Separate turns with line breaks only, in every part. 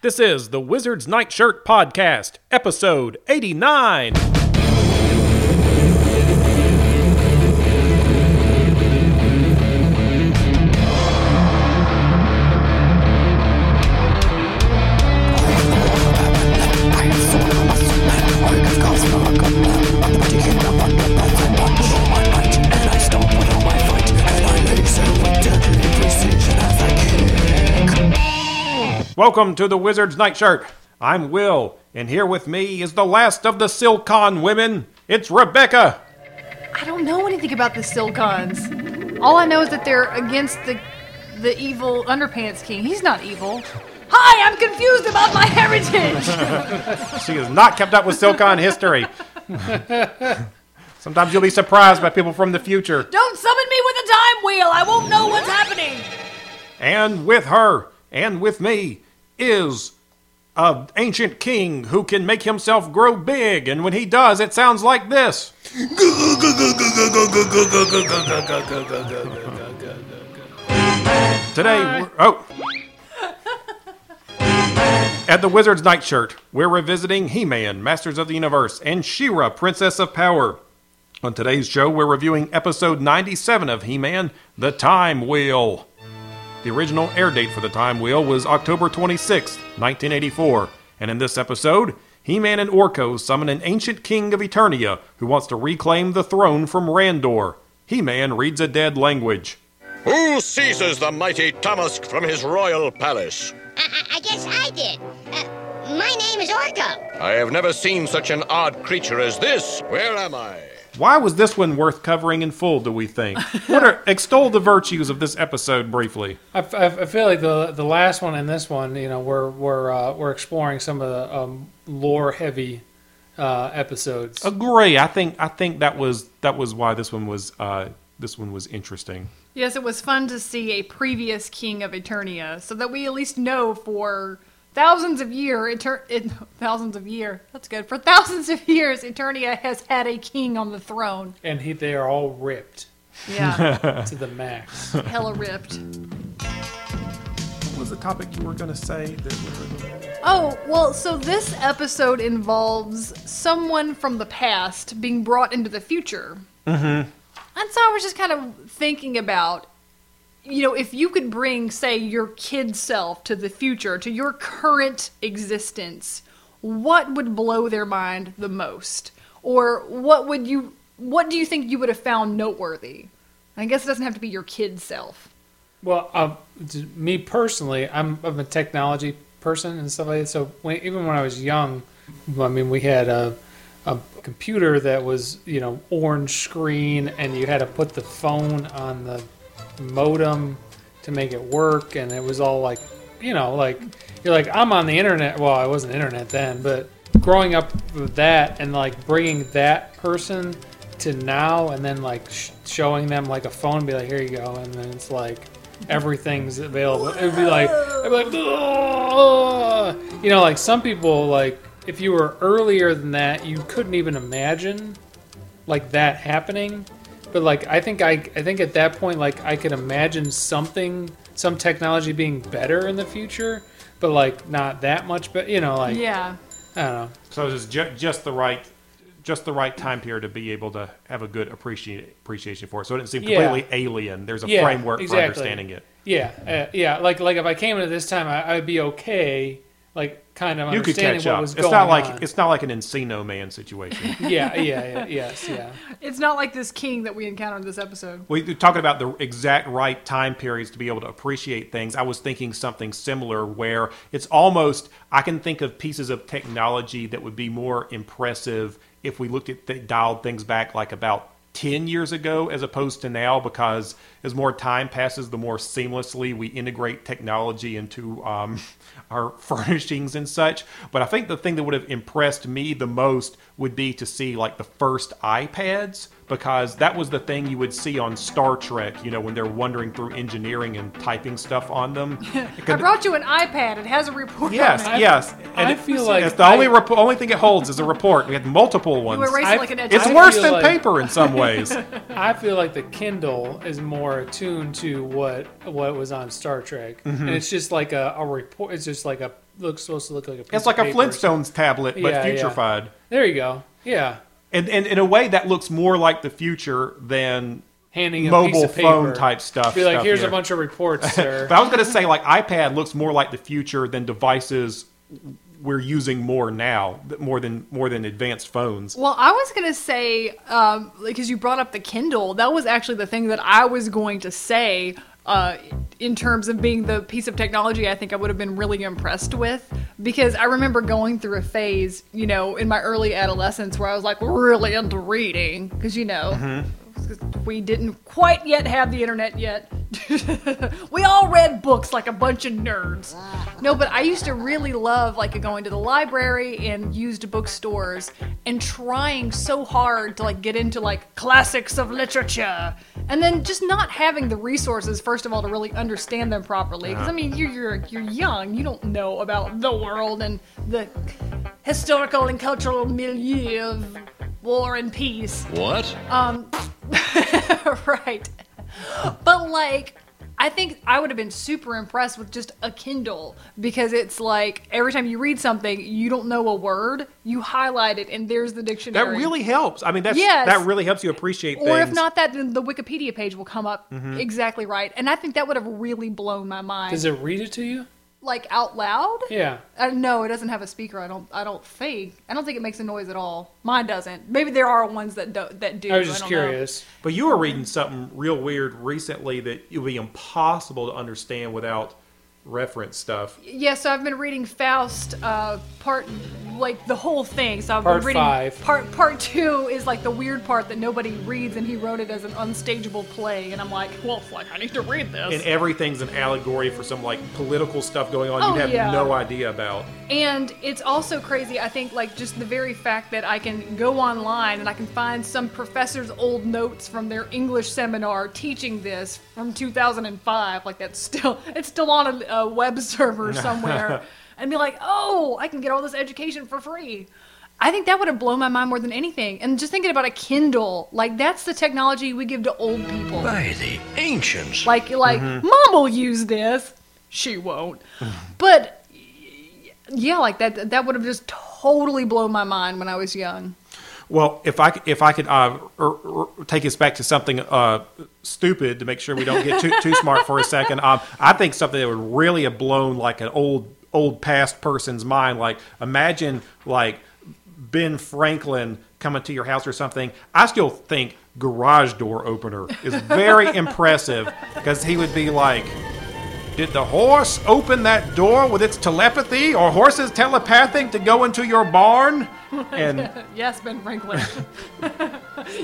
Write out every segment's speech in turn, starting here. This is the Wizard's Nightshirt Podcast, episode 89. Welcome to the Wizard's Nightshirt. I'm Will, and here with me is the last of the Silcon women. It's Rebecca.
I don't know anything about the Silcons. All I know is that they're against the the evil Underpants King. He's not evil. Hi, I'm confused about my heritage.
She has not kept up with Silcon history. Sometimes you'll be surprised by people from the future.
don't summon me with a time wheel. I won't know what's happening.
And with her, and with me, is an ancient king who can make himself grow big, and when he does, it sounds like this. Today, we're, oh. At the Wizard's Nightshirt, we're revisiting He Man, Masters of the Universe, and She Ra, Princess of Power. On today's show, we're reviewing episode 97 of He Man, The Time Wheel. The original air date for the Time Wheel was October 26, 1984, and in this episode, He Man and Orko summon an ancient king of Eternia who wants to reclaim the throne from Randor. He Man reads a dead language.
Who seizes the mighty Tamask from his royal palace?
I, I- I guess I did. Uh, my name is Orko.
I have never seen such an odd creature as this. Where am I?
Why was this one worth covering in full, do we think? What are, extol the virtues of this episode briefly.
I, f- I f- I feel like the the last one and this one, you know, we're we're uh, we're exploring some of the um, lore heavy uh, episodes.
Agree. I think I think that was that was why this one was uh, this one was interesting.
Yes, it was fun to see a previous king of Eternia, so that we at least know for thousands of year Eter- it, thousands of year. That's good. For thousands of years, Eternia has had a king on the throne.
And he, they are all ripped
Yeah,
to the max.
hella ripped.
What was the topic you were going to say?
Oh, well, so this episode involves someone from the past being brought into the future. Mm-hmm. And so I was just kind of thinking about, you know, if you could bring, say, your kid self to the future, to your current existence, what would blow their mind the most? Or what would you, what do you think you would have found noteworthy? I guess it doesn't have to be your kid self.
Well, um, d- me personally, I'm, I'm a technology person and stuff like that. So when, even when I was young, I mean, we had a, a computer that was you know orange screen, and you had to put the phone on the modem to make it work, and it was all like, you know, like you're like I'm on the internet. Well, I wasn't internet then, but growing up with that and like bringing that person to now, and then like sh- showing them like a phone, be like, here you go, and then it's like everything's available. It would be like, I'd be like, "Ugh." you know, like some people, like if you were earlier than that, you couldn't even imagine like that happening. But like, I think I, I think at that point, like I could imagine something, some technology being better in the future, but like not that much. But you know, like
Yeah.
I don't know.
So it's ju- just the right, just the right time period to be able to have a good appreciate, appreciation for it. So it didn't seem
Yeah.
completely alien. There's a
Yeah,
framework for
exactly.
understanding it.
Yeah, uh, yeah. Like like if I came in at this time, I, I'd be okay. Like kind of
You could
understanding
catch
what
up.
was
It's
going
not like
on.
it's not like an Encino Man situation.
yeah, yeah, yeah, yes, yeah.
It's not like this king that we encountered this episode.
we are talking about the exact right time periods to be able to appreciate things. I was thinking something similar where it's almost I can think of pieces of technology that would be more impressive if we looked at th- dialed things back like about 10 years ago as opposed to now because as more time passes the more seamlessly we integrate technology into um, our furnishings and such but i think the thing that would have impressed me the most would be to see like the first ipads because that was the thing you would see on star trek you know when they're wandering through engineering and typing stuff on them
I brought you an iPad. It has a report.
yes
on it.
yes
I feel like
it's the only
I-
rep- only thing it holds is a report we had multiple
You
ones
erase
I-
it like an
it's
it's
edge.
I
worse
feel
than
like-
paper in some ways
I feel like the Kindle is more
Mm-hmm.
attuned to what what was on Star Trek, and it's just like a, a report. It's just like a looks supposed to look like a. Piece
It's like
of
a
paper or something.
Flintstones tablet, but
Yeah, yeah.
futurified.
There you go. Yeah,
And, and in a way, that looks more like the future than
handing a piece
mobile
of paper.
phone type stuff.
Be like,
stuff
here's
here.
a bunch of reports, sir.
But I was going to say, like, iPad looks more like the future than devices we're using more now, th- more than more than advanced phones.
Well, I was gonna say um, because you brought up the Kindle, that was actually the thing that I was going to say. Uh, in terms of being the piece of technology, I think I would have been really impressed with because I remember going through a phase, you know, in my early adolescence where I was like really into reading because you know. 'cause We didn't quite yet have the internet yet. we all read books like a bunch of nerds. No, but I used to really love like going to the library and used bookstores and trying so hard to like get into like classics of literature and then just not having the resources first of all to really understand them properly because I mean you're, you're you're young you don't know about the world and the historical and cultural milieu of war and peace
What?
right. But like I think I would have been super impressed with just a Kindle because it's like every time you read something, you don't know a word, you highlight it and there's the
That
dictionary.
really helps. I mean, that's
Yes.
that really helps you appreciate things.
or if not that then the Wikipedia page will come up
Mm-hmm.
exactly right. And I think that would have really blown my mind.
Does it read it to you?
like out loud?
Yeah.
Uh, no, it doesn't have a speaker. I don't. I don't think. I don't think it makes a noise at all. Mine doesn't. Maybe there are ones that do, that do.
I was just
don't know.
curious.
But you were reading something real weird recently that it would be impossible to understand without reference stuff.
Yeah, so I've been reading Faust, uh, part like the whole thing. So I've
Part
been reading
five.
part part two is like the weird part that nobody reads, and he wrote it as an unstageable play, and I'm like, well, like I need to read this.
And everything's an allegory for some like political stuff going on
Oh,
you have
yeah.
no idea about.
And it's also crazy, I think, like just the very fact that I can go online and I can find some professor's old notes from their English seminar teaching this from 2005. Like that's still, it's still on a, a web server somewhere. and be like, oh, I can get all this education for free. I think that would have blown my mind more than anything. And just thinking about a Kindle, like that's the technology we give to old people.
By the ancients.
Like like mom will use this. She won't. but y- yeah, like that that would have just totally blown my mind when I was young.
Well, if I c- if I could uh, r- r- take us back to something uh, stupid to make sure we don't get too too smart for a second, um, I think something that would really have blown like an old old past person's mind. Like imagine like Ben Franklin coming to your house or something. I still think garage door opener is very impressive because he would be like. Did the horse open that door with its telepathy, or horses telepathic to go into your barn? And
Yes, Ben Franklin.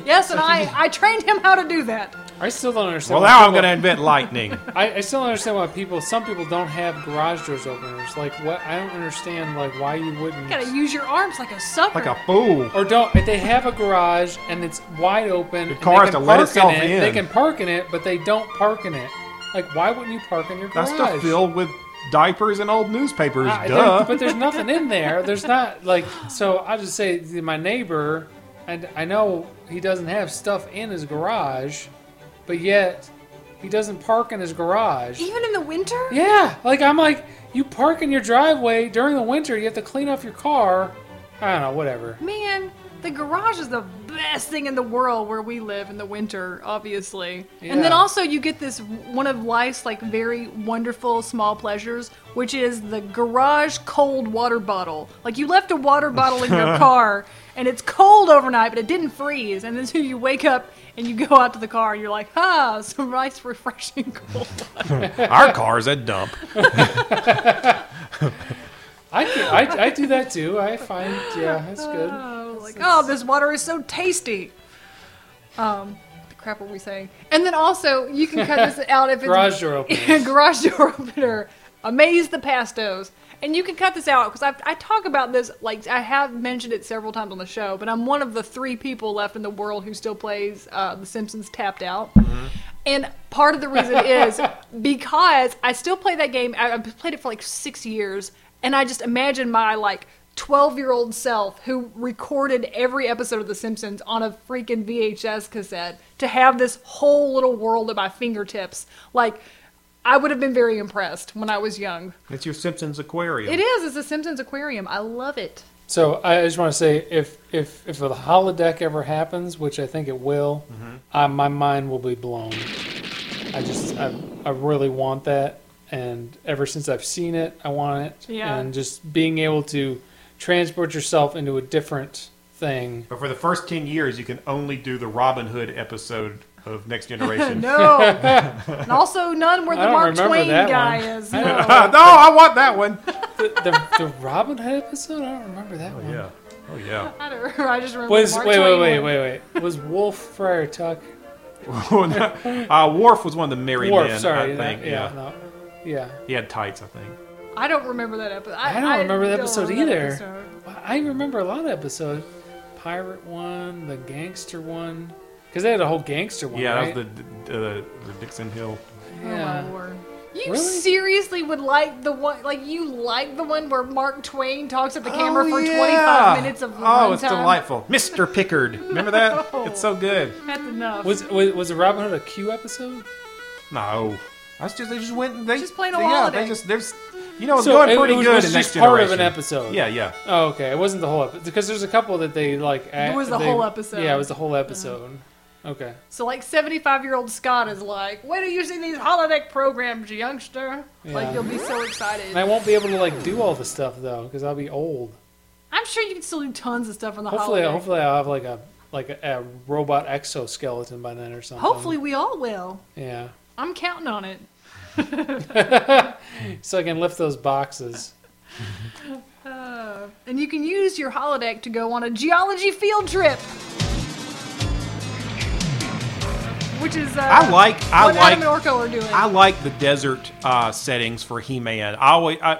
yes, and I I trained him how to do that.
I still don't understand.
Well,
why
now I'm
people-
going to invent lightning.
I, I still don't understand why people. Some people don't have garage doors openers. Like what? I don't understand. Like why you wouldn't.
You gotta use your arms like a sucker.
Like a fool.
or don't if they have a garage and it's wide open the
car has to let itself in.
they can park in it but they don't park in it like why wouldn't you park in your garage
That's stuff filled with diapers and old newspapers.
I- there-
duh.
but there's nothing in there there's not like so i just say th- my neighbor and i know he doesn't have stuff in his garage but yet he doesn't park in his garage
Even in the winter?
yeah like i'm like you park in your driveway during the winter you have to clean up your car i don't know whatever
Man, the garage is the best thing in the world where we live in the winter, obviously. And then
Yeah.
also you get this one of life's like very wonderful small pleasures, which is the garage cold water bottle. Like you left a water bottle in your car and it's cold overnight, but it didn't freeze. And then so you wake up and you go out to the car and you're like, "Ah, some nice refreshing cold."
Our car's a dump.
I, can, I, I do that too. I find yeah, that's good.
like, oh, this water is so tasty. Um, the crap were we saying? And then also, you can cut this out if it's
Garage door openers.
garage door opener. Amaze the pastos. And you can cut this out because I talk about this, like, I have mentioned it several times on the show, but I'm one of the three people left in the world who still plays uh, The Simpsons Tapped Out. And part of the reason is because I still play that game. I- I've played it for like six years, and I just imagine my like 12 year old self who recorded every episode of The Simpsons on a freaking VHS cassette to have this whole little world at my fingertips. Like, I would have been very impressed when I was young.
It's your Simpsons aquarium.
It is. It's a Simpsons aquarium. I love it.
So I just want to say, if if if the holodeck ever happens, which I think it will,
Mm-hmm.
I, my mind will be blown. I just I, I really want that, and ever since I've seen it, I want it.
Yeah.
And just being able to transport yourself into a different thing.
But for the first 10 years, you can only do the Robin Hood episode of Next Generation. no.
No. and also none where
I
the
don't
Mark
remember
Twain
that
guy
one.
is. No.
Uh, I want that one.
The, the, the Robin Hood episode? I don't remember that one.
Yeah. Oh, yeah.
I, don't, I just remember
Was
the
wait
Mark
wait
Twain
wait
one.
wait wait was Wolf Friar Tuck?
uh, Worf was one of the married
Worf,
men,
sorry,
I
that-
think.
yeah,
yeah.
no, yeah.
He had tights, I think.
I don't remember that episode.
I
I,
don't remember that
don't
episode
remember that
either.
episode. Oh
I remember a lot of episodes. Pirate one, the gangster one, because they had a whole gangster one.
Yeah,
right?
that was the, uh, the Dixon Hill.
Oh my
yeah.
lord. You
Really?
seriously would like the one, like you like the one where Mark Twain talks at the camera
Oh,
for
yeah.
25 minutes of
Oh, it's
runtime?
delightful. Mr. Pickard. Remember that? It's so good.
That's enough.
Was, was was the Robin Hood a Q episode?
No. That's just, they just went and they
Just plain old
yeah,
holiday.
They just, there's, you know, it's
So
going
it-
pretty
it was-
good
it was
in
just
Next
part of
Generation.
an episode.
Yeah, yeah.
Oh, okay. It wasn't the whole episode because there's a couple that they like. It
was the whole episode.
Yeah, it was the whole episode. Okay.
so, like, 75 year old Scott is like, When are you seeing these holodeck programs, you youngster?
Yeah.
Like, you'll be so excited.
And I won't be able to like do all the stuff though because I'll be old.
I'm sure you can still do tons of stuff on the
Hopefully,
holodeck.
hopefully I'll have like a like a, a robot exoskeleton by then or something.
Hopefully we all will.
Yeah.
I'm counting on it.
So I can lift those boxes.
And you can use your holodeck to go on a geology field trip. Which is uh,
I like, I
what
like.
Adam and Orko are doing.
I like the desert uh, settings for He-Man. I always, I,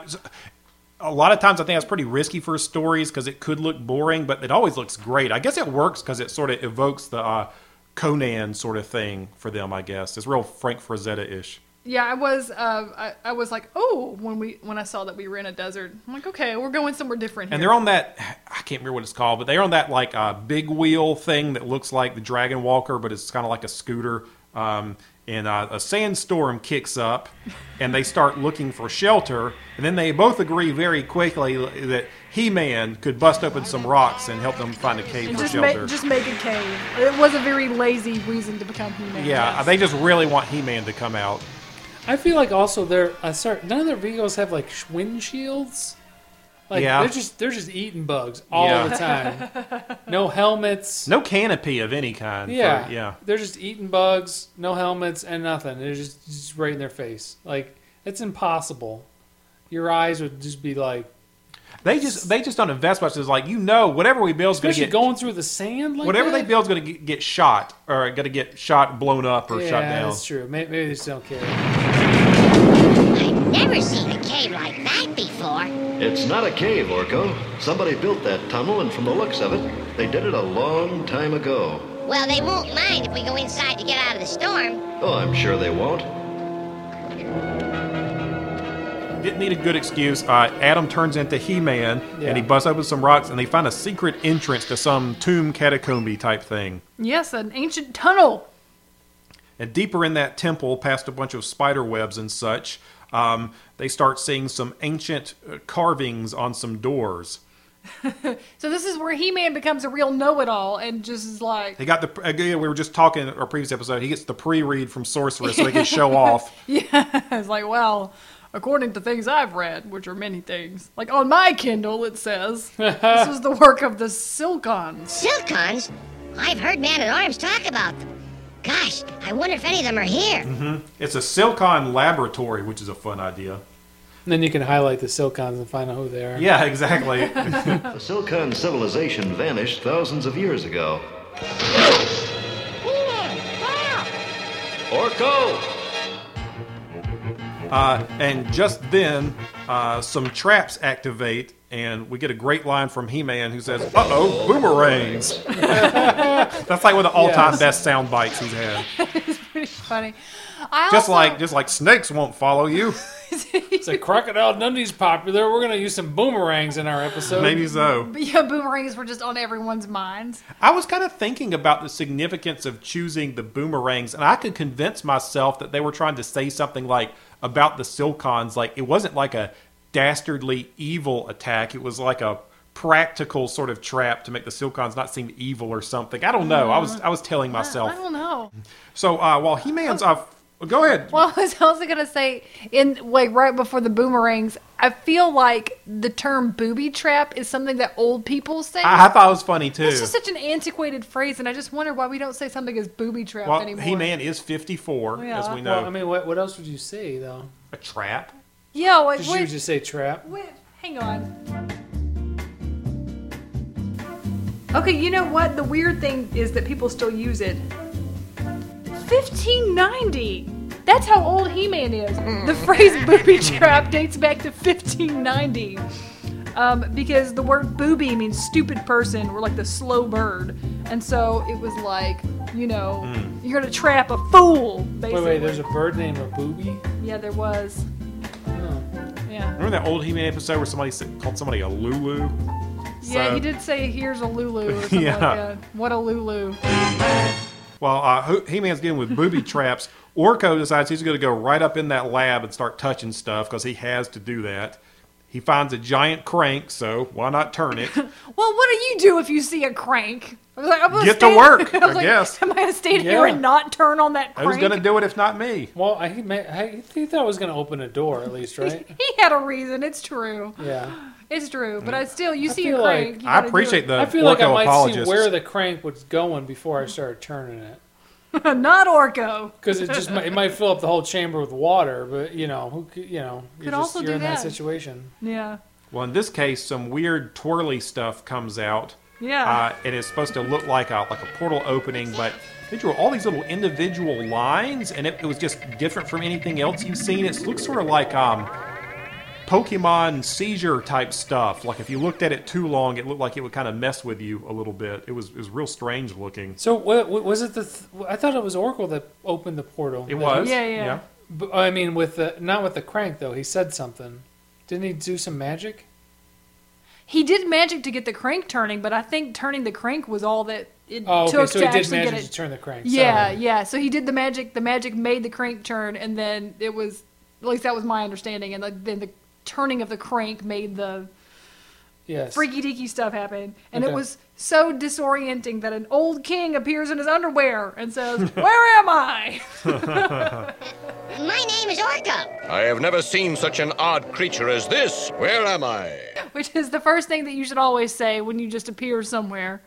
a lot of times, I think that's pretty risky for stories because it could look boring, but it always looks great. I guess it works because it sort of evokes the uh, Conan sort of thing for them. I guess it's real Frank Frazetta ish.
yeah, I was uh, I, I was like, oh, when we when I saw that we were in a desert, I'm like, okay, we're going somewhere different. Here.
And they're on that, I can't remember what it's called, but they're on that like uh, big wheel thing that looks like the Dragon Walker, but it's kind of like a scooter. Um, and uh, a sandstorm kicks up, and they start looking for shelter. And then they both agree very quickly that He Man could bust open some rocks and help them find a cave
And
for
just make
shelter.
just make a cave. It was a very lazy reason to become human.
Yeah, they just really want He Man to come out.
I feel like also their uh, sorry, none of their vehicles have like sh- windshields. Like
Yeah.
they're just they're just eating bugs all
Yeah.
the time. No helmets.
No canopy of any kind. for-
Yeah,
yeah.
They're just eating bugs, no helmets, and nothing. They're just just right in their face. Like it's impossible. Your eyes would just be like,
They just they just don't invest much. It's like you know, whatever we build is going to
especially
get
going through the sand. Like
whatever
that?
they build's going to get shot or going to get shot, blown up, or
yeah,
shut down.
that's true. Maybe, maybe they just don't care.
I've never seen a cave like that before.
It's not a cave, Orko. Somebody built that tunnel, and from the looks of it, they did it a long time ago.
Well, they won't mind if we go inside to get out of the storm.
Oh, I'm sure they won't.
Didn't need a good excuse. Uh, Adam turns into He-Man
Yeah.
and he busts open some rocks and they find a secret entrance to some tomb catacomby type thing.
Yes, an ancient tunnel.
And deeper in that temple, past a bunch of spider webs and such, um, they start seeing some ancient uh, carvings on some doors.
So this is where He-Man becomes a real know-it-all and just is like,
He got the again. We were just talking in our previous episode. He gets the pre-read from Sorcerer so he can show off.
It's like, well, according to things I've read, which are many things, like on my Kindle, it says this is the work of the Silcons.
Silcons? I've heard Man at Arms talk about them. Gosh, I wonder if any of them are here.
It's a Silicon laboratory, which is a fun idea.
And then you can highlight the silcons and find out who they are.
Yeah, exactly.
The Silcon civilization vanished thousands of years ago. Orko!
Uh, and just then, uh, some traps activate, and we get a great line from He Man who says, Uh oh, boomerangs. That's like one of the all time
Yes.
best sound bites he's had.
Pretty funny. I
Just
also,
like just like snakes won't follow you.
It's like Crocodile Dundee's popular. We're gonna use some boomerangs in our episode.
Maybe so.
yeah, boomerangs were just on everyone's minds.
I was kind of thinking about the significance of choosing the boomerangs, and I could convince myself that they were trying to say something like, about the Silcons, like it wasn't like a dastardly evil attack. It was like a practical sort of trap to make the Silcons not seem evil or something. I don't know. I was I was telling myself.
Mm-hmm. I don't know.
So uh, while He Man's off, go ahead.
Well, I was also gonna say, in like right before the boomerangs, I feel like the term "booby trap" is something that old people say.
I, I thought it was funny too.
it's just such an antiquated phrase, and I just wonder why we don't say something is booby trap
well,
anymore. Oh,
He Man is 54,
Yeah.
as we know.
Well, I mean, what, what else would you say though?
a trap.
yeah, like,
Did you
wait,
just say trap?
wait, hang on. Okay, you know what? The weird thing is that people still use it. 1590. That's how old He-Man is. The phrase "booby trap" dates back to 1590. Um, because the word booby means stupid person or like the slow bird. And so it was like, you know, you're gonna trap a fool, basically.
Wait, wait. There's a bird named a booby.
Yeah, there was.
Oh.
Yeah.
Remember that old He Man episode where somebody said, called somebody a Lulu?
yeah,
So-
he did say, here's a Lulu or something
Yeah.
like that. What a Lulu.
Well, uh, He Man's getting with booby traps. Orko decides he's going to go right up in that lab and start touching stuff because he has to do that. He finds a giant crank, so why not turn it?
Well, what do you do if you see a crank? I was like, I'm gonna
Get to
stand-
work,
I, was
I
like,
guess.
Am I going to stay here
Yeah.
and not turn on that crank?
Who's going to do it if not me?
Well, I, he may, I think that was going to open a door at least, right?
he had a reason. It's true.
yeah.
It's true. But I still, you
I
see a
feel like-
crank. you
I
gotta do
appreciate
it.
the
I feel
Orko
like I might
apologists.
see where the crank was going before I started turning it.
not Orko.
Because it just might, it might fill up the whole chamber with water, but you know who c- you know you're,
Could
just,
also
you're
do
in that
that.
situation.
Yeah.
well, in this case, some weird twirly stuff comes out.
Yeah.
Uh, and it's supposed to look like a like a portal opening, but they drew all these little individual lines, and it, it was just different from anything else you've seen. It looks sort of like um, Pokemon seizure type stuff. Like if you looked at it too long, it looked like it would kind of mess with you a little bit. It was it was real strange looking.
So what, what was it? The th- I thought it was Oracle that opened the portal.
It was
Yeah, yeah.
B- I mean, with the not with the crank though. He said something. Didn't he do some magic?
He did magic to get the crank turning, but I think turning the crank was all that it
Oh,
took
okay. So
to
he did
actually
magic
get
to
it.
turn the crank.
Yeah,
Sorry.
yeah. So he did the magic. The magic made the crank turn, and then it was at least that was my understanding. And like then the turning of the crank made the
Yes.
freaky deaky stuff happen. And
Okay.
it was so disorienting that an old king appears in his underwear and says, "Where am I?"
My name is Orko.
I have never seen such an odd creature as this. Where am I?
Which is the first thing that you should always say when you just appear somewhere.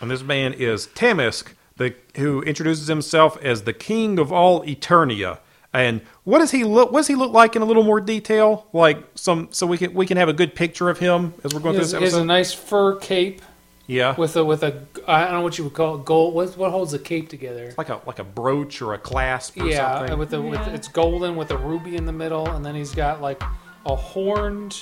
And this man is Tamisk, the who introduces himself as the king of all Eternia. And what does he look? What does he look like in a little more detail? Like some, so we can we can have a good picture of him as we're going
He
through
has,
this
he has a
episode.
nice fur cape
yeah,
with a with a I don't know what you would call it, gold. What what holds the cape together?
like a like a brooch or a clasp or
Yeah,
something.
and with the with
Yeah.
it's golden with a ruby in the middle, and then he's got like a horned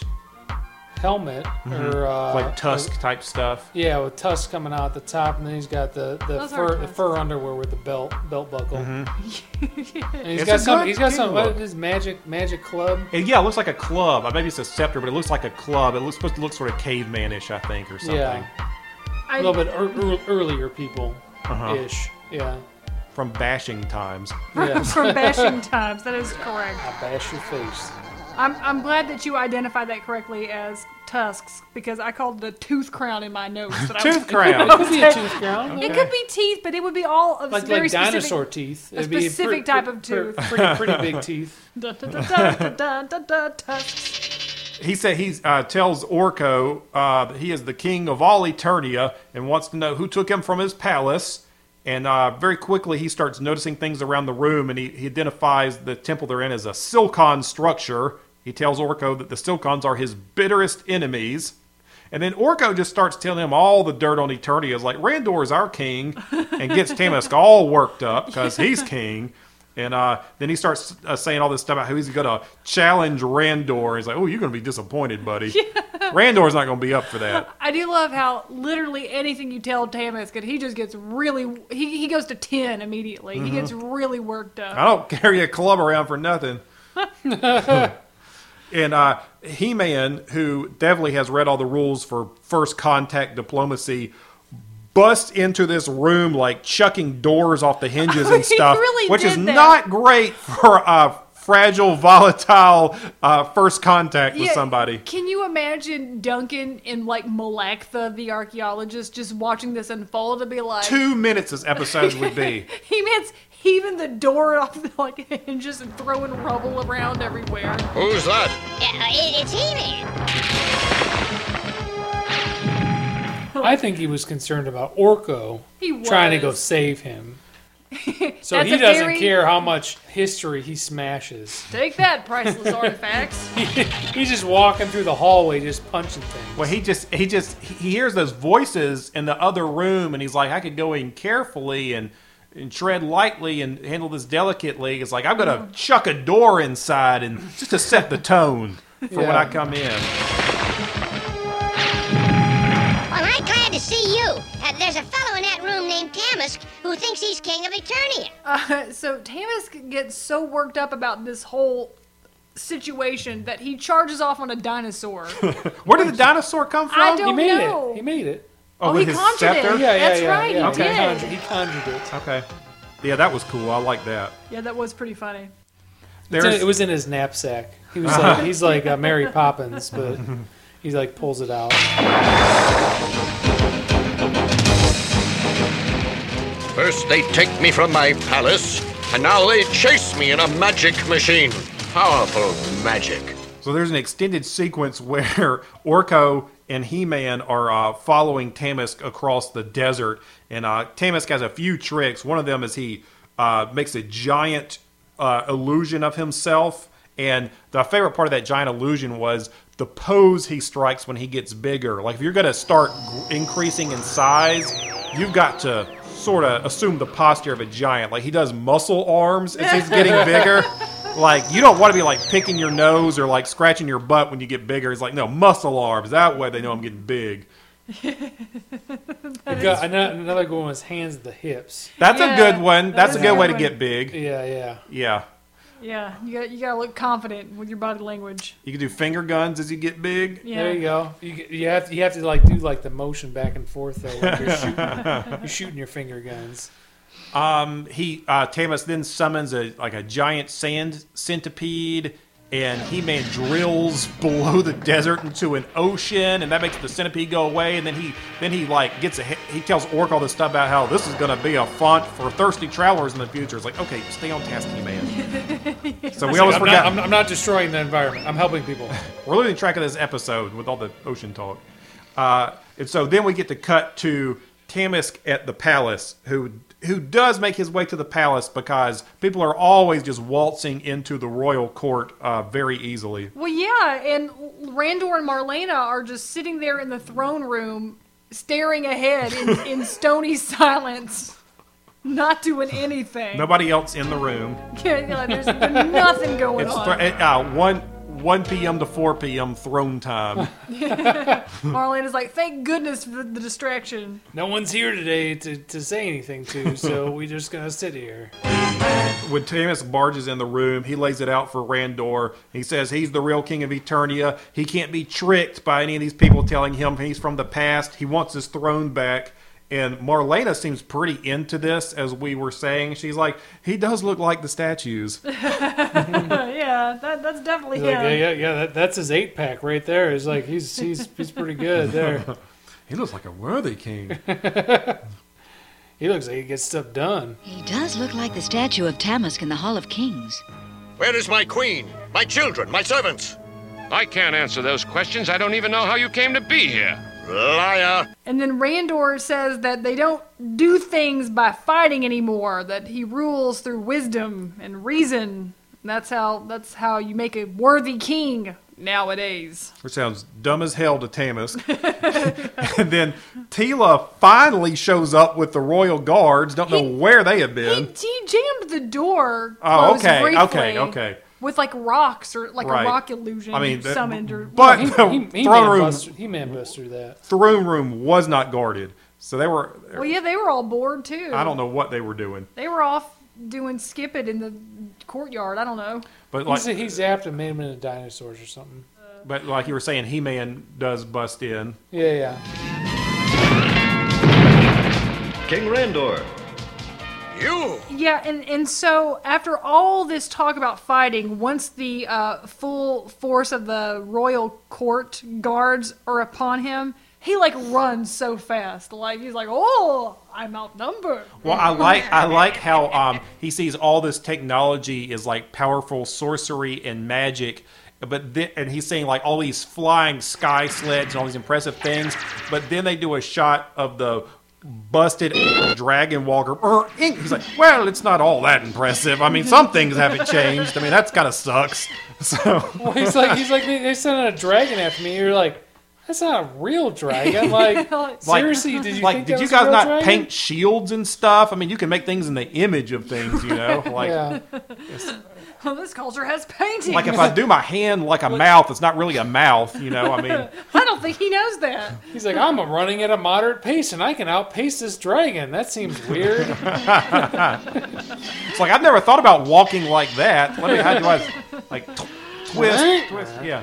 helmet or uh,
Mm-hmm. like tusk type stuff.
yeah, with tusks coming out at the top, and then he's got the, the
Those are
fur the
tusks.
fur underwear with the belt belt buckle. and he's
Mm-hmm. It's
got
a
some
good
he's got some what
look.
is this, magic magic club?
And yeah, it looks like a club. Uh, Maybe it's a scepter, but it looks like a club. It looks supposed to look sort of cavemanish, I think, or something.
Yeah,
I,
a little bit ear- ear- earlier people
Uh-huh.
ish. Yeah,
From bashing times.
yes.
from bashing times, that is correct.
I bash your face.
I'm, I'm glad that you identified that correctly as tusks because I called it a tooth crown in my notes. That I was-
Tooth
It
crown.
could be a tooth crown.
It could be teeth, but it would be all of
like
very
like
specific.
dinosaur teeth. It'd
specific
pre-
type of
pre-
tooth.
Pretty pretty big teeth.
Dun, dun, dun, dun, dun, dun, dun, tusks.
He said he uh, tells Orko uh, that he is the king of all Eternia and wants to know who took him from his palace. And uh, very quickly, he starts noticing things around the room, and he, he identifies the temple they're in as a Silcon structure. He tells Orko that the Silcons are his bitterest enemies. And then Orko just starts telling him all the dirt on Eternia. Is like Randor is our king, and gets Tamisk all worked up because he's king. And uh, then he starts uh, saying all this stuff about how he's going to challenge Randor. He's like, "Oh, you're going to be disappointed, buddy. Randor's not going to be up for that."
I do love how literally anything you tell Tamas, because he just gets really he, he goes to ten immediately.
Mm-hmm.
He gets really worked up.
I don't carry a club around for nothing. and uh, He Man, who definitely has read all the rules for first contact diplomacy, busts into this room like chucking doors off the hinges and
He
stuff,
really
which
did
is
that.
not great for uh, fragile, volatile uh, first contact with
Yeah,
somebody.
Can you imagine Duncan and like Malactha, the archaeologist, just watching this unfold and be like,
Two minutes this episode would be.
he man's heaving the door off the like hinges and throwing rubble around everywhere.
Who's that?
Yeah, uh, it, it's He-Man.
I think he was concerned about Orko
He
trying to go
was.
save him. So
That's
he
a
doesn't
very-
care how much history he smashes.
Take that, priceless artifacts.
He's just walking through the hallway, just punching things.
Well, he just he just he hears those voices in the other room, and he's like, I could go in carefully and and tread lightly and handle this delicately. It's like I'm
Mm-hmm.
gonna chuck a door inside and just to set the tone for when
Yeah.
I come in.
Well, I'm glad to see you. Uh, there's a fellow in that room named Tamask who thinks he's king of Eternia.
Uh, so Tamas gets so worked up about this whole situation that he charges off on a dinosaur.
Where did the dinosaur come from?
I
he
don't
made
know.
it. He made it.
oh,
he conjured it. Oh,
Yeah, yeah,
That's
yeah,
right, he
yeah.
Okay. did.
Conjured- He conjured it.
Okay. Yeah, that was cool. I like that.
yeah, that was pretty funny.
It's in-
There's
it was in his knapsack. He was like, he's like uh, Mary Poppins, but he like pulls it out.
First they take me from my palace, and now they chase me in a magic machine. Powerful magic.
so there's an extended sequence where Orko and He-Man are uh, following Tamisk across the desert, and uh, Tamisk has a few tricks. One of them is he uh, makes a giant uh, illusion of himself, and the favorite part of that giant illusion was the pose he strikes when he gets bigger. Like if you're gonna start gr- increasing in size, you've got to sort of assume the posture of a giant. Like he does muscle arms as he's getting bigger. Like you don't want to be like picking your nose or like scratching your butt when you get bigger. He's like, no, muscle arms. That way they know I'm getting big.
We've got ano- another good one was hands at the hips.
That's
Yeah,
a good one.
that
That's
is
a
a
good
good
way to
one.
get big.
Yeah, yeah.
Yeah.
Yeah, you got you gotta look confident with your body language.
You can do finger guns as you get big.
Yeah.
There you go. You, g- you have to, you have to like do like the motion back and forth though. When you're, shooting, you're shooting your finger guns.
He uh Tamas then summons a like a giant sand centipede and he man drills below the desert into an ocean and that makes the centipede go away and then he then he like gets a he tells Orc all this stuff about how this is gonna be a font for thirsty travelers in the future. It's like, okay, stay on task, he man. so we always
I'm
forgot
not, I'm, I'm not destroying the environment. I'm helping people.
we're losing track of this episode with all the ocean talk. Uh, and so then we get to cut to Tamisk at the palace, who who does make his way to the palace because people are always just waltzing into the royal court uh, very easily.
Well, yeah, and Randor and Marlena are just sitting there in the throne room, staring ahead in, in stony silence, not doing anything.
Nobody else in the room.
Yeah, yeah, there's nothing going
It's
on.
thr- uh, one one p.m. to four p.m. throne time.
Marlena's like, thank goodness for the distraction.
No one's here today to, to say anything to, so we're just gonna sit here.
when Tamis barges in the room, he lays it out for Randor. He says he's the real king of Eternia. He can't be tricked by any of these people telling him he's from the past. He wants his throne back. And Marlena seems pretty into this, as we were saying. She's like, he does look like the statues.
yeah, that, that's definitely
Like,
him.
yeah, yeah, yeah. That, that's his eight pack right there. He's like he's he's he's pretty good there.
he looks like a worthy king.
He looks like he gets stuff done.
He does look like the statue of Tamask in the Hall of Kings.
Where is my queen? My children? My servants?
I can't answer those questions. I don't even know how you came to be here.
Liar.
And then Randor says that they don't do things by fighting anymore, that he rules through wisdom and reason. And that's how that's how you make a worthy king nowadays.
Which sounds dumb as hell to Tamis. and then Tila finally shows up with the royal guards. Don't know
He-
where they have
He,
been.
he jammed the door.
Oh,
closed
okay,
briefly
okay, okay.
With like rocks or like
Right.
a rock illusion
I mean, that-
summoned or
But
He,
the
he, he
throne
man
room
buster- he man buster that.
throne room was not guarded. So they were,
Well yeah, they were all bored too.
I don't know what they were doing.
They were off doing skip it in the courtyard, I don't know.
But
He's,
like,
he's after made him into dinosaurs or something.
but like you were saying, He Man does bust in.
Yeah, yeah.
King Randor.
You!
Yeah, and, and so after all this talk about fighting, once the uh, full force of the royal court guards are upon him, he like runs so fast. Like he's like, "Oh, I'm outnumbered."
Well, I like I like how um, he sees all this technology is like powerful sorcery and magic, but then and he's seeing like all these flying sky sleds and all these impressive things, but then they do a shot of the busted dragon walker. Er, ink. He's like, well, it's not all that impressive. I mean, some things haven't changed. I mean, that's kind of sucks. So
Well, he's like, he's like, they they sent a dragon after me. You're like, that's not a real dragon. Like, seriously, did you
like,
think
did
that
you
was a
guys
real
not
dragon?
paint shields and stuff? I mean, you can make things in the image of things, you know, like.
Yeah,
this culture has painting.
Like if I do my hand like a mouth, it's not really a mouth, you know. I mean,
I don't think he knows that.
he's like, I'm running at a moderate pace and I can outpace this dragon. That seems weird.
it's like I've never thought about walking like that. Let me how do I like tw- twist, twist? Yeah.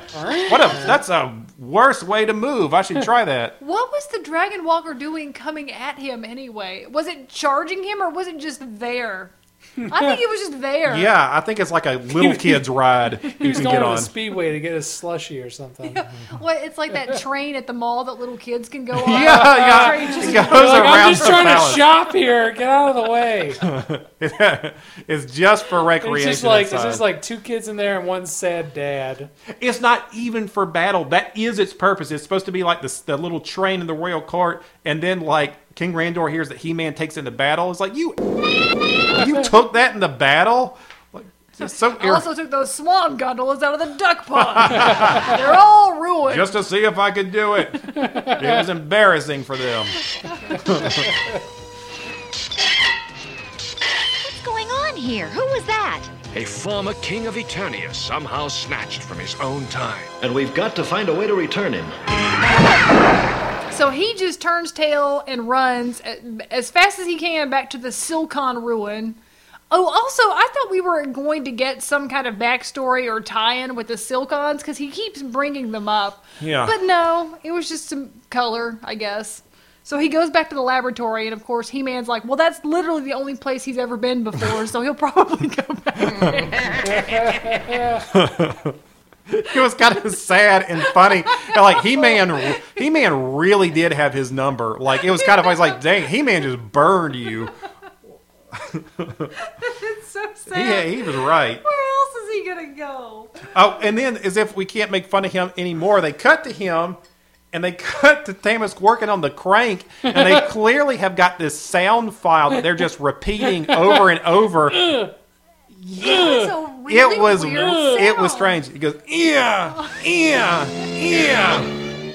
What a that's a worse way to move. I should try that.
What was the dragon walker doing coming at him anyway? Was it charging him or was it just there? I think it was just there.
Yeah, I think it's like a little kid's ride
He
you
was
can
going
get
to the
on.
speedway to get a slushy or something.
What, it's like that train at the mall that little kids can go on.
Yeah,
Train
yeah.
just-
It goes
Like, I'm
around
just
the
trying
palace.
to shop here. Get out of the way.
it's just for
It's
recreation.
just like it's
inside.
just like two kids in there and one sad dad.
It's not even for battle. That is its purpose. It's supposed to be like the, the little train in the royal cart, and then like King Randor hears that He Man takes it into battle. It's like you, you took that in the battle. Like, just so
I also took those swan gondolas out of the duck pond. They're all ruined.
just to see if I could do it. It was embarrassing for them.
What's going on here? Who was that?
A former king of Eternia, somehow snatched from his own time.
And we've got to find a way to return him.
so he just turns tail and runs a- as fast as he can back to the Silcon ruin. Oh, also, I thought we were going to get some kind of backstory or tie-in with the Silcons because he keeps bringing them up.
Yeah.
But no, it was just some color, I guess. So he goes back to the laboratory, and of course, He Man's like, "Well, that's literally the only place he's ever been before, so he'll probably go back."
It was kind of sad and funny. And like He Man, He Man really did have his number. Like it was kind of funny. It's like, dang, He Man just burned you.
so sad.
He, he was right.
Where else is he gonna go?
Oh, and then as if we can't make fun of him anymore, they cut to him and they cut to Tamus working on the crank, and they clearly have got this sound file that they're just repeating over and over.
It's a really
It was
weird
it was
sound.
strange. He goes, yeah, yeah, yeah.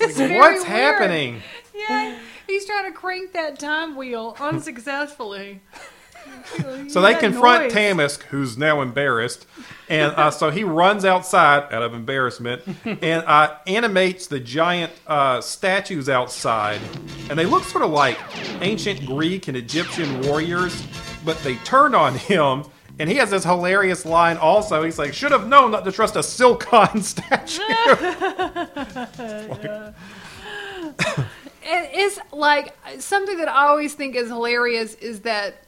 It's very
What's
weird.
happening?
Yeah, he's trying to crank that time wheel unsuccessfully.
So they
That
confront
noise.
Tamisk, who's now embarrassed, and uh, so he runs outside out of embarrassment and uh, animates the giant uh, statues outside, and they look sort of like ancient Greek and Egyptian warriors, but they turn on him. And he has this hilarious line also. He's like, should have known not to trust a Silcon statue.
It is like something that I always think is hilarious is that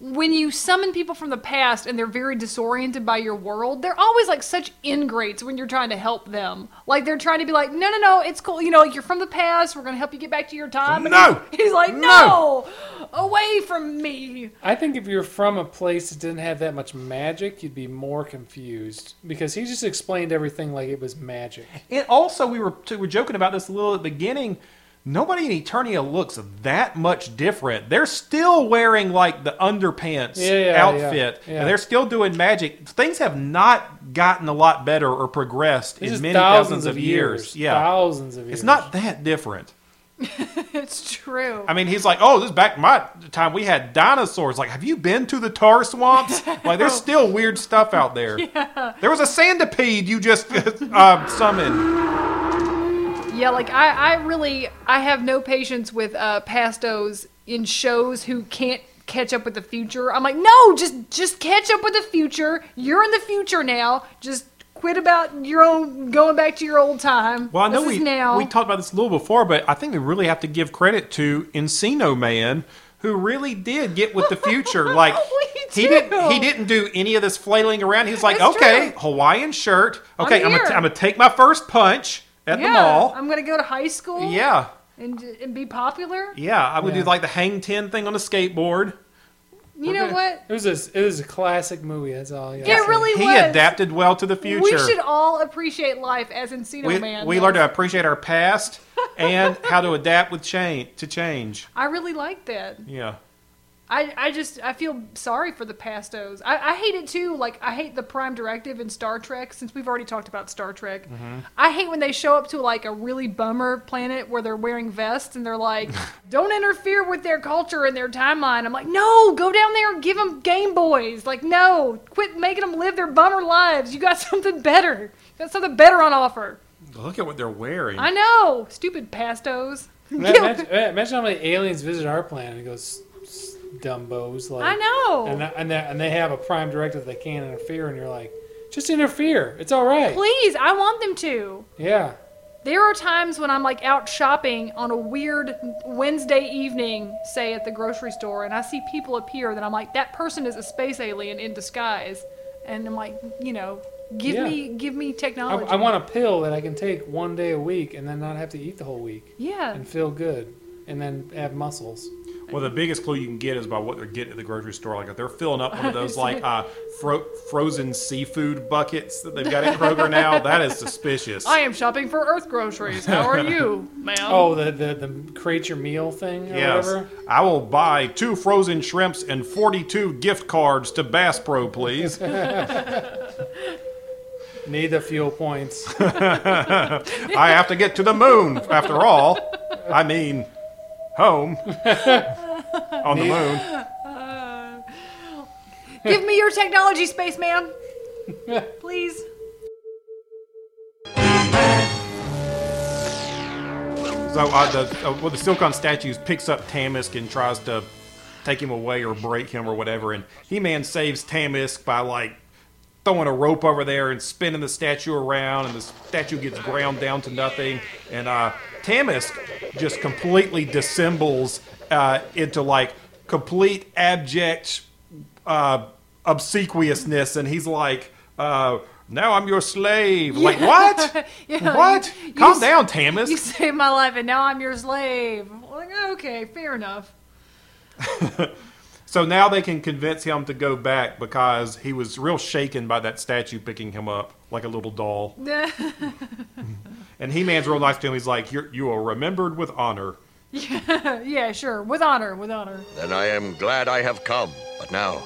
when you summon people from the past and they're very disoriented by your world, they're always like such ingrates when you're trying to help them. Like they're trying to be like, no, no, no, it's cool. You know, like you're from the past. We're gonna help you get back to your time. And
No!
he's, he's like,
No!
no, away from me.
I think if you're from a place that didn't have that much magic, you'd be more confused because he just explained everything like it was magic.
And also, we were we were joking about this a little at the beginning. Nobody in Eternia looks that much different. They're still wearing like the underpants
Yeah, yeah,
outfit,
yeah, yeah.
and they're still doing magic. Things have not gotten a lot better or progressed
This
in
is
many
thousands, of
years.
years.
Yeah,
thousands of years.
it's not that different.
It's true.
I mean, he's like, "Oh, this is back in my time. We had dinosaurs. Like, have you been to the tar swamps? like, there's still weird stuff out there. There was a sandipede you just uh, summoned."
Yeah, like I, I really, I have no patience with uh, pastos in shows who can't catch up with the future. I'm like, no, just, just catch up with the future. You're in the future now. Just Quit about your own going back to your old time.
Well, I know
this
we
is now.
we talked about this a little before, but I think we really have to give credit to Encino Man, who really did get with the future. Like
We
he
do.
didn't he didn't do any of this flailing around. He was like,
That's
okay,
true.
Hawaiian shirt. Okay, I'm gonna
I'm here.
I'm gonna take my first punch at
yeah,
the mall.
I'm gonna go to high school.
yeah,
and, and be popular.
yeah. I would
Yeah.
do like the hang ten thing on the skateboard.
You know what?
It was a it was a classic movie. That's all. Yeah,
It really
He
was.
adapted well to the future.
We should all appreciate life as Encino
we,
Man.
we
does.
learned to appreciate our past and how to adapt with change to change.
I really like that.
Yeah.
I, I just I feel sorry for the pastos. I, I hate it too. Like I hate the Prime Directive in Star Trek. Since we've already talked about Star Trek,
Mm-hmm.
I hate when they show up to like a really bummer planet where they're wearing vests and they're like, "Don't interfere with their culture and their timeline." I'm like, "No, go down there and give them Game Boys." Like, no, quit making them live their bummer lives. You got something better. You got something better on offer.
Look at what they're wearing.
I know, stupid pastos.
Ma- Imagine, imagine how many aliens visit our planet and goes dumbos like
I know.
and that- and, that, and they have a prime directive they can't interfere and you're like just interfere it's all right
Please, I want them to.
yeah
There are times when I'm like out shopping on a weird Wednesday evening, say at the grocery store, and I see people appear that I'm like, that person is a space alien in disguise, and I'm like, you know, give
Yeah.
me, give me
I,
technology.
I want a pill that I can take one day a week and then not have to eat the whole week
yeah,
and feel good and then have muscles
Well, the biggest clue you can get is by what they're getting at the grocery store. Like if they're filling up one of those like uh, fro- frozen seafood buckets that they've got at Kroger now, that is suspicious.
I am shopping for Earth groceries. How are you, ma'am?
oh the, the the create your meal thing or
yes,
whatever
I will buy two frozen shrimps and forty-two gift cards to Bass Pro, please.
need the fuel points
I have to get to the moon after all. I mean, home on the moon.
give me your technology, spaceman. Please.
So uh, the uh, well, the Silicon statues picks up Tamisk and tries to take him away or break him or whatever, and He Man saves Tamisk by like throwing a rope over there and spinning the statue around, and the statue gets ground down to nothing, and uh, Tamisk just completely dissembles uh, into like complete abject uh, obsequiousness, and he's like. Uh, now I'm your slave. Like what?
Yeah,
what?
you- you
Calm
s-
down, Tamisk.
You saved my life, and now I'm your slave. Like, okay, fair enough.
So now they can convince him to go back because he was real shaken by that statue picking him up like a little doll. And He Man's real nice to him. He's like, You're, You are remembered with honor.
yeah, sure. With honor, with honor.
Then I am glad I have come. But now,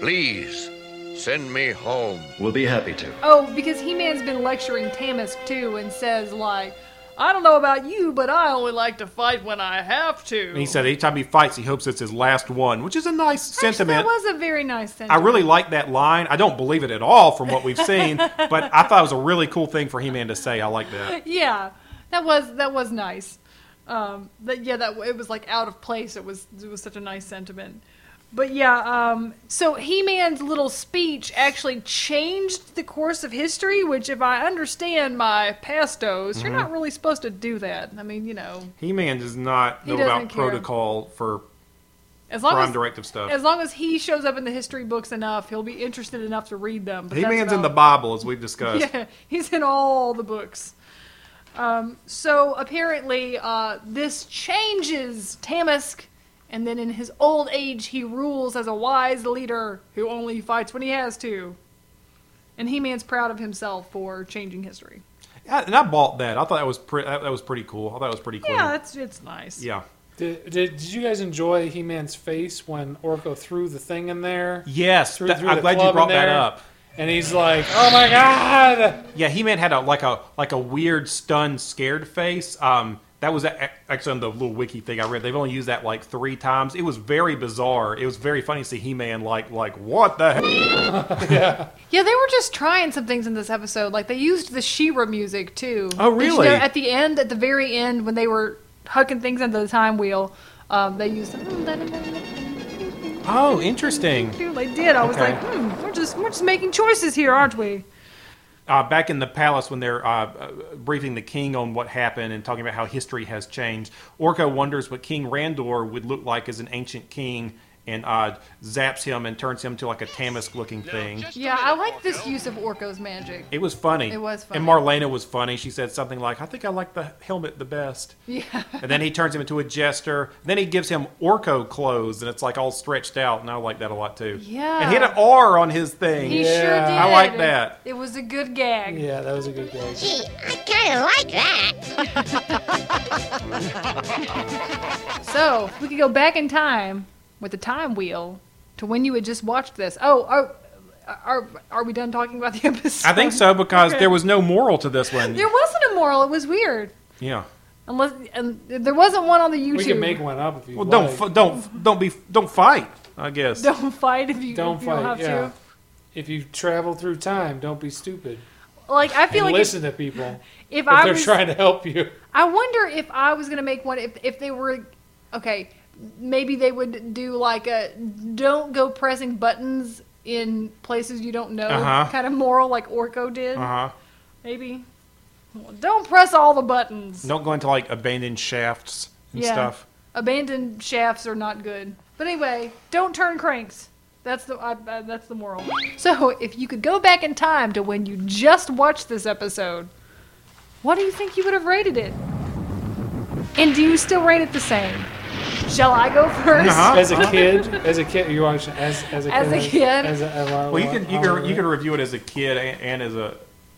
please send me home.
We'll be happy to.
Oh, because He Man's been lecturing Tamisk too and says, like, I don't know about you, but I only like to fight when I have to.
And he said, Anytime he fights, he hopes it's his last one, which is a nice
That
sentiment.
was a very nice
I
sentence.
really like that line. I don't believe it at all from what we've seen, but I thought it was a really cool thing for He Man to say. I like that.
yeah, that was that was nice. Um, that yeah, that it was like out of place. It was it was such a nice sentiment. But yeah, um, so He Man's little speech actually changed the course of history, which, if I understand my pastos,
Mm-hmm.
you're not really supposed to do that. I mean, you know,
He Man does not
He
know
doesn't
about
care.
protocol for
as long
crime
as
directive stuff.
As long as he shows up in the history books enough, he'll be interested enough to read them. but
He
that's
Man's in the
about-
Bible, as we've discussed.
Yeah, he's in all the books. Um, so apparently, uh, this changes Tamisk, and then in his old age, he rules as a wise leader who only fights when he has to. And He Man's proud of himself for changing history.
I, and I bought that. I thought that was pre- that, that was pretty cool. I thought that was pretty cool.
Yeah, that's it's nice.
Yeah.
did, did, did you guys enjoy He-Man's face when Orko threw the thing in there
Yes,
Through-
that-
through
I'm
the
glad
club
you
in
brought that
there.
up.
and he's like oh my god
Yeah, He Man had a like a like a weird stunned, scared face. Um, that was a- actually on the little wiki thing I read. They've only used that like three times. It was very bizarre. It was very funny to see He Man like like what the heck?
Yeah, they were just trying some things in this episode. Like they used the Shira music too.
Oh,
Did you
really?
know at the end, at the very end, when they were hucking things into the time wheel, um, they used.
Oh, interesting.
They did. I was
Okay.
like, hmm, we're just we're just making choices here, aren't we?
uh, back in the palace when they're uh, uh, briefing the king on what happened and talking about how history has changed, Orko wonders what King Randor would look like as an ancient king and uh, zaps him and turns him to like a Tamisk looking thing.
Yeah, I like this use of Orko's magic.
It was funny.
It was
And
funny.
Marlena was funny. She said something like, I think I like the helmet the best.
Yeah.
And then he turns him into a jester. Then he gives him Orko clothes, and it's like all stretched out. And I like that a lot too.
Yeah.
And he had an R on his thing.
He sure did.
I like that.
It was a good gag.
Yeah, that was a good gag.
Gee, I kind of like that.
So we could go back in time with the time wheel to when you had just watched this. Oh, are are, are we done talking about the episode?
I think so because
Okay.
there was no moral to this one.
There wasn't a moral. It was weird.
yeah.
Unless and there wasn't one on the YouTube.
We can make one up if you
Well,
want.
don't f- don't f- don't be don't fight. I guess.
Don't fight if you
Don't
if you
fight.
have
yeah. If you travel through time, don't be stupid.
to. Like I feel
and
like if,
listen to people
if
if
I
they're
was,
trying to help you.
I wonder if I was gonna make one. If if they were, okay, maybe they would do like a don't go pressing buttons in places you don't know
Uh-huh.
kind of moral like Orko did.
Uh-huh.
Uh huh.
Maybe. Well, don't press all the buttons.
Don't go into like abandoned shafts and
Yeah.
stuff.
Abandoned shafts are not good. But anyway, don't turn cranks. That's the I, I, that's the moral. So if you could go back in time to when you just watched this episode, what do you think you would have rated it? And do you still rate it the same? Shall I go 1st
Uh-huh.
As a kid, as a kid, you watch as as a kid.
As a kid.
As a,
Well, you can you can you can review it as a kid and, and as a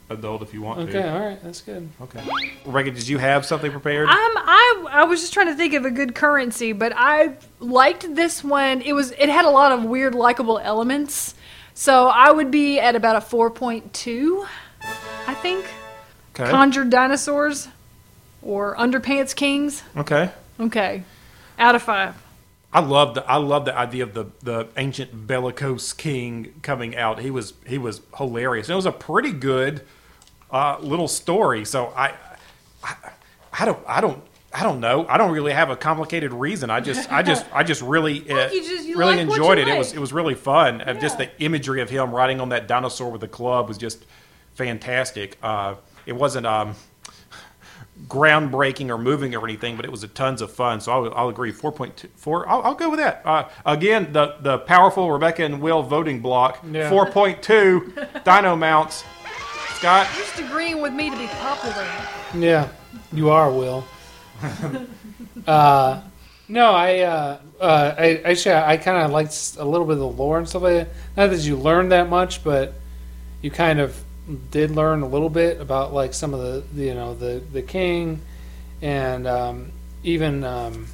adult if you want
Okay, all right, that's good.
to. Okay. Reagan, did you have something prepared?
Um, I I was just trying to think of a good currency, but I liked this one. It was it had a lot of weird likable elements, so I would be at about a four point two, I think.
okay.
Conjured dinosaurs, or underpants kings.
okay.
Okay, out of five.
I love the I love the idea of the the ancient bellicose king coming out. He was he was hilarious. And it was a pretty good uh, little story. So I, I I don't I don't I don't know. I don't really have a complicated reason. I just I just I just really uh,
you just- you
really
like what
enjoyed
you
it. It was
like.
it was really fun. Uh, Just
Yeah.
the imagery of him riding on that dinosaur with the club was just fantastic. Uh, it wasn't um, groundbreaking or moving or anything, but it was a tons of fun. So I'll, I'll agree. 4.4. I'll, I'll go with that. Uh, again, the, the powerful Rebecca and Will voting block.
Yeah.
4.2 dino mounts. Scott,
Just agreeing with me to be popular.
Yeah, you are Will. uh, no, I, uh, uh, I actually I kind of liked a little bit of the lore and stuff like that. Not that you learned that much, but you kind of did learn a little bit about like some of the the, you know the the king and um, even um,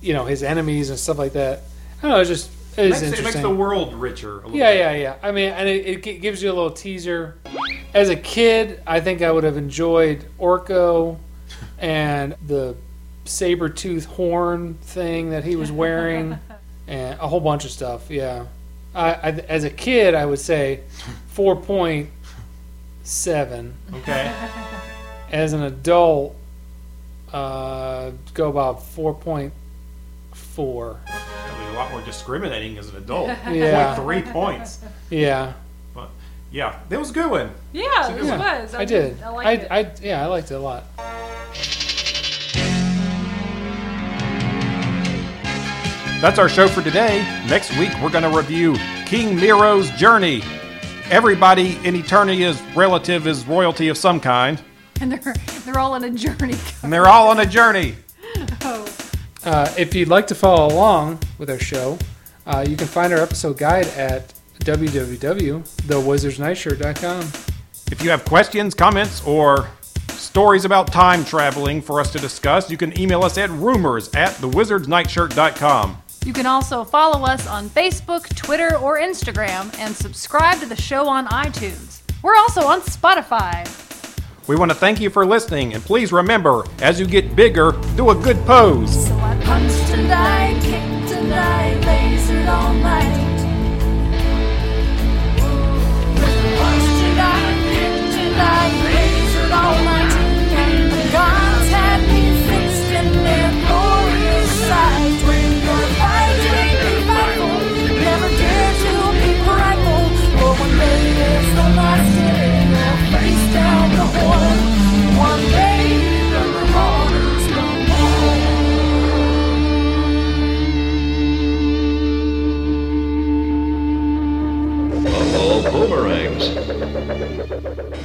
you know his enemies and stuff like that. I don't know, it just it
makes,
is
it
interesting.
makes the world richer. A little
Yeah,
bit.
yeah, yeah. I mean, and it, it gi- gives you a little teaser. As a kid, I think I would have enjoyed Orko and the saber tooth horn thing that he was wearing, and a whole bunch of stuff. Yeah, I, I as a kid, I would say four point seven.
Okay.
As an adult, uh, go about four point four.
That'd be a lot more discriminating as an adult.
Yeah.
Three points.
Yeah.
But yeah, that was a good one.
Yeah, this
Yeah,
was.
I, did.
I
I,
liked it.
I, yeah, I liked it a lot.
That's our show for today. Next week, we're going to review King Nero's Journey. Everybody in Eternity is relative is royalty of some kind,
and they're they're all on a journey.
and they're all on a journey.
Oh,
Uh, if you'd like to follow along with our show, uh, you can find our episode guide at www.thewizardsnightshirt.com.
If you have questions, comments, or stories about time traveling for us to discuss, you can email us at rumors at thewizardsnightshirt.com.
You can also follow us on Facebook, Twitter, or Instagram and subscribe to the show on iTunes. We're also on Spotify.
We want to thank you for listening, and please remember as you get bigger, do a good pose.
So I punched and I kicked and I lasered all night. Punched and I kicked and I lasered all night. And the gods had me fixed in their glorious sight. When you're fighting, be frightful. Never dare to be prideful. For one day is the last day.
things.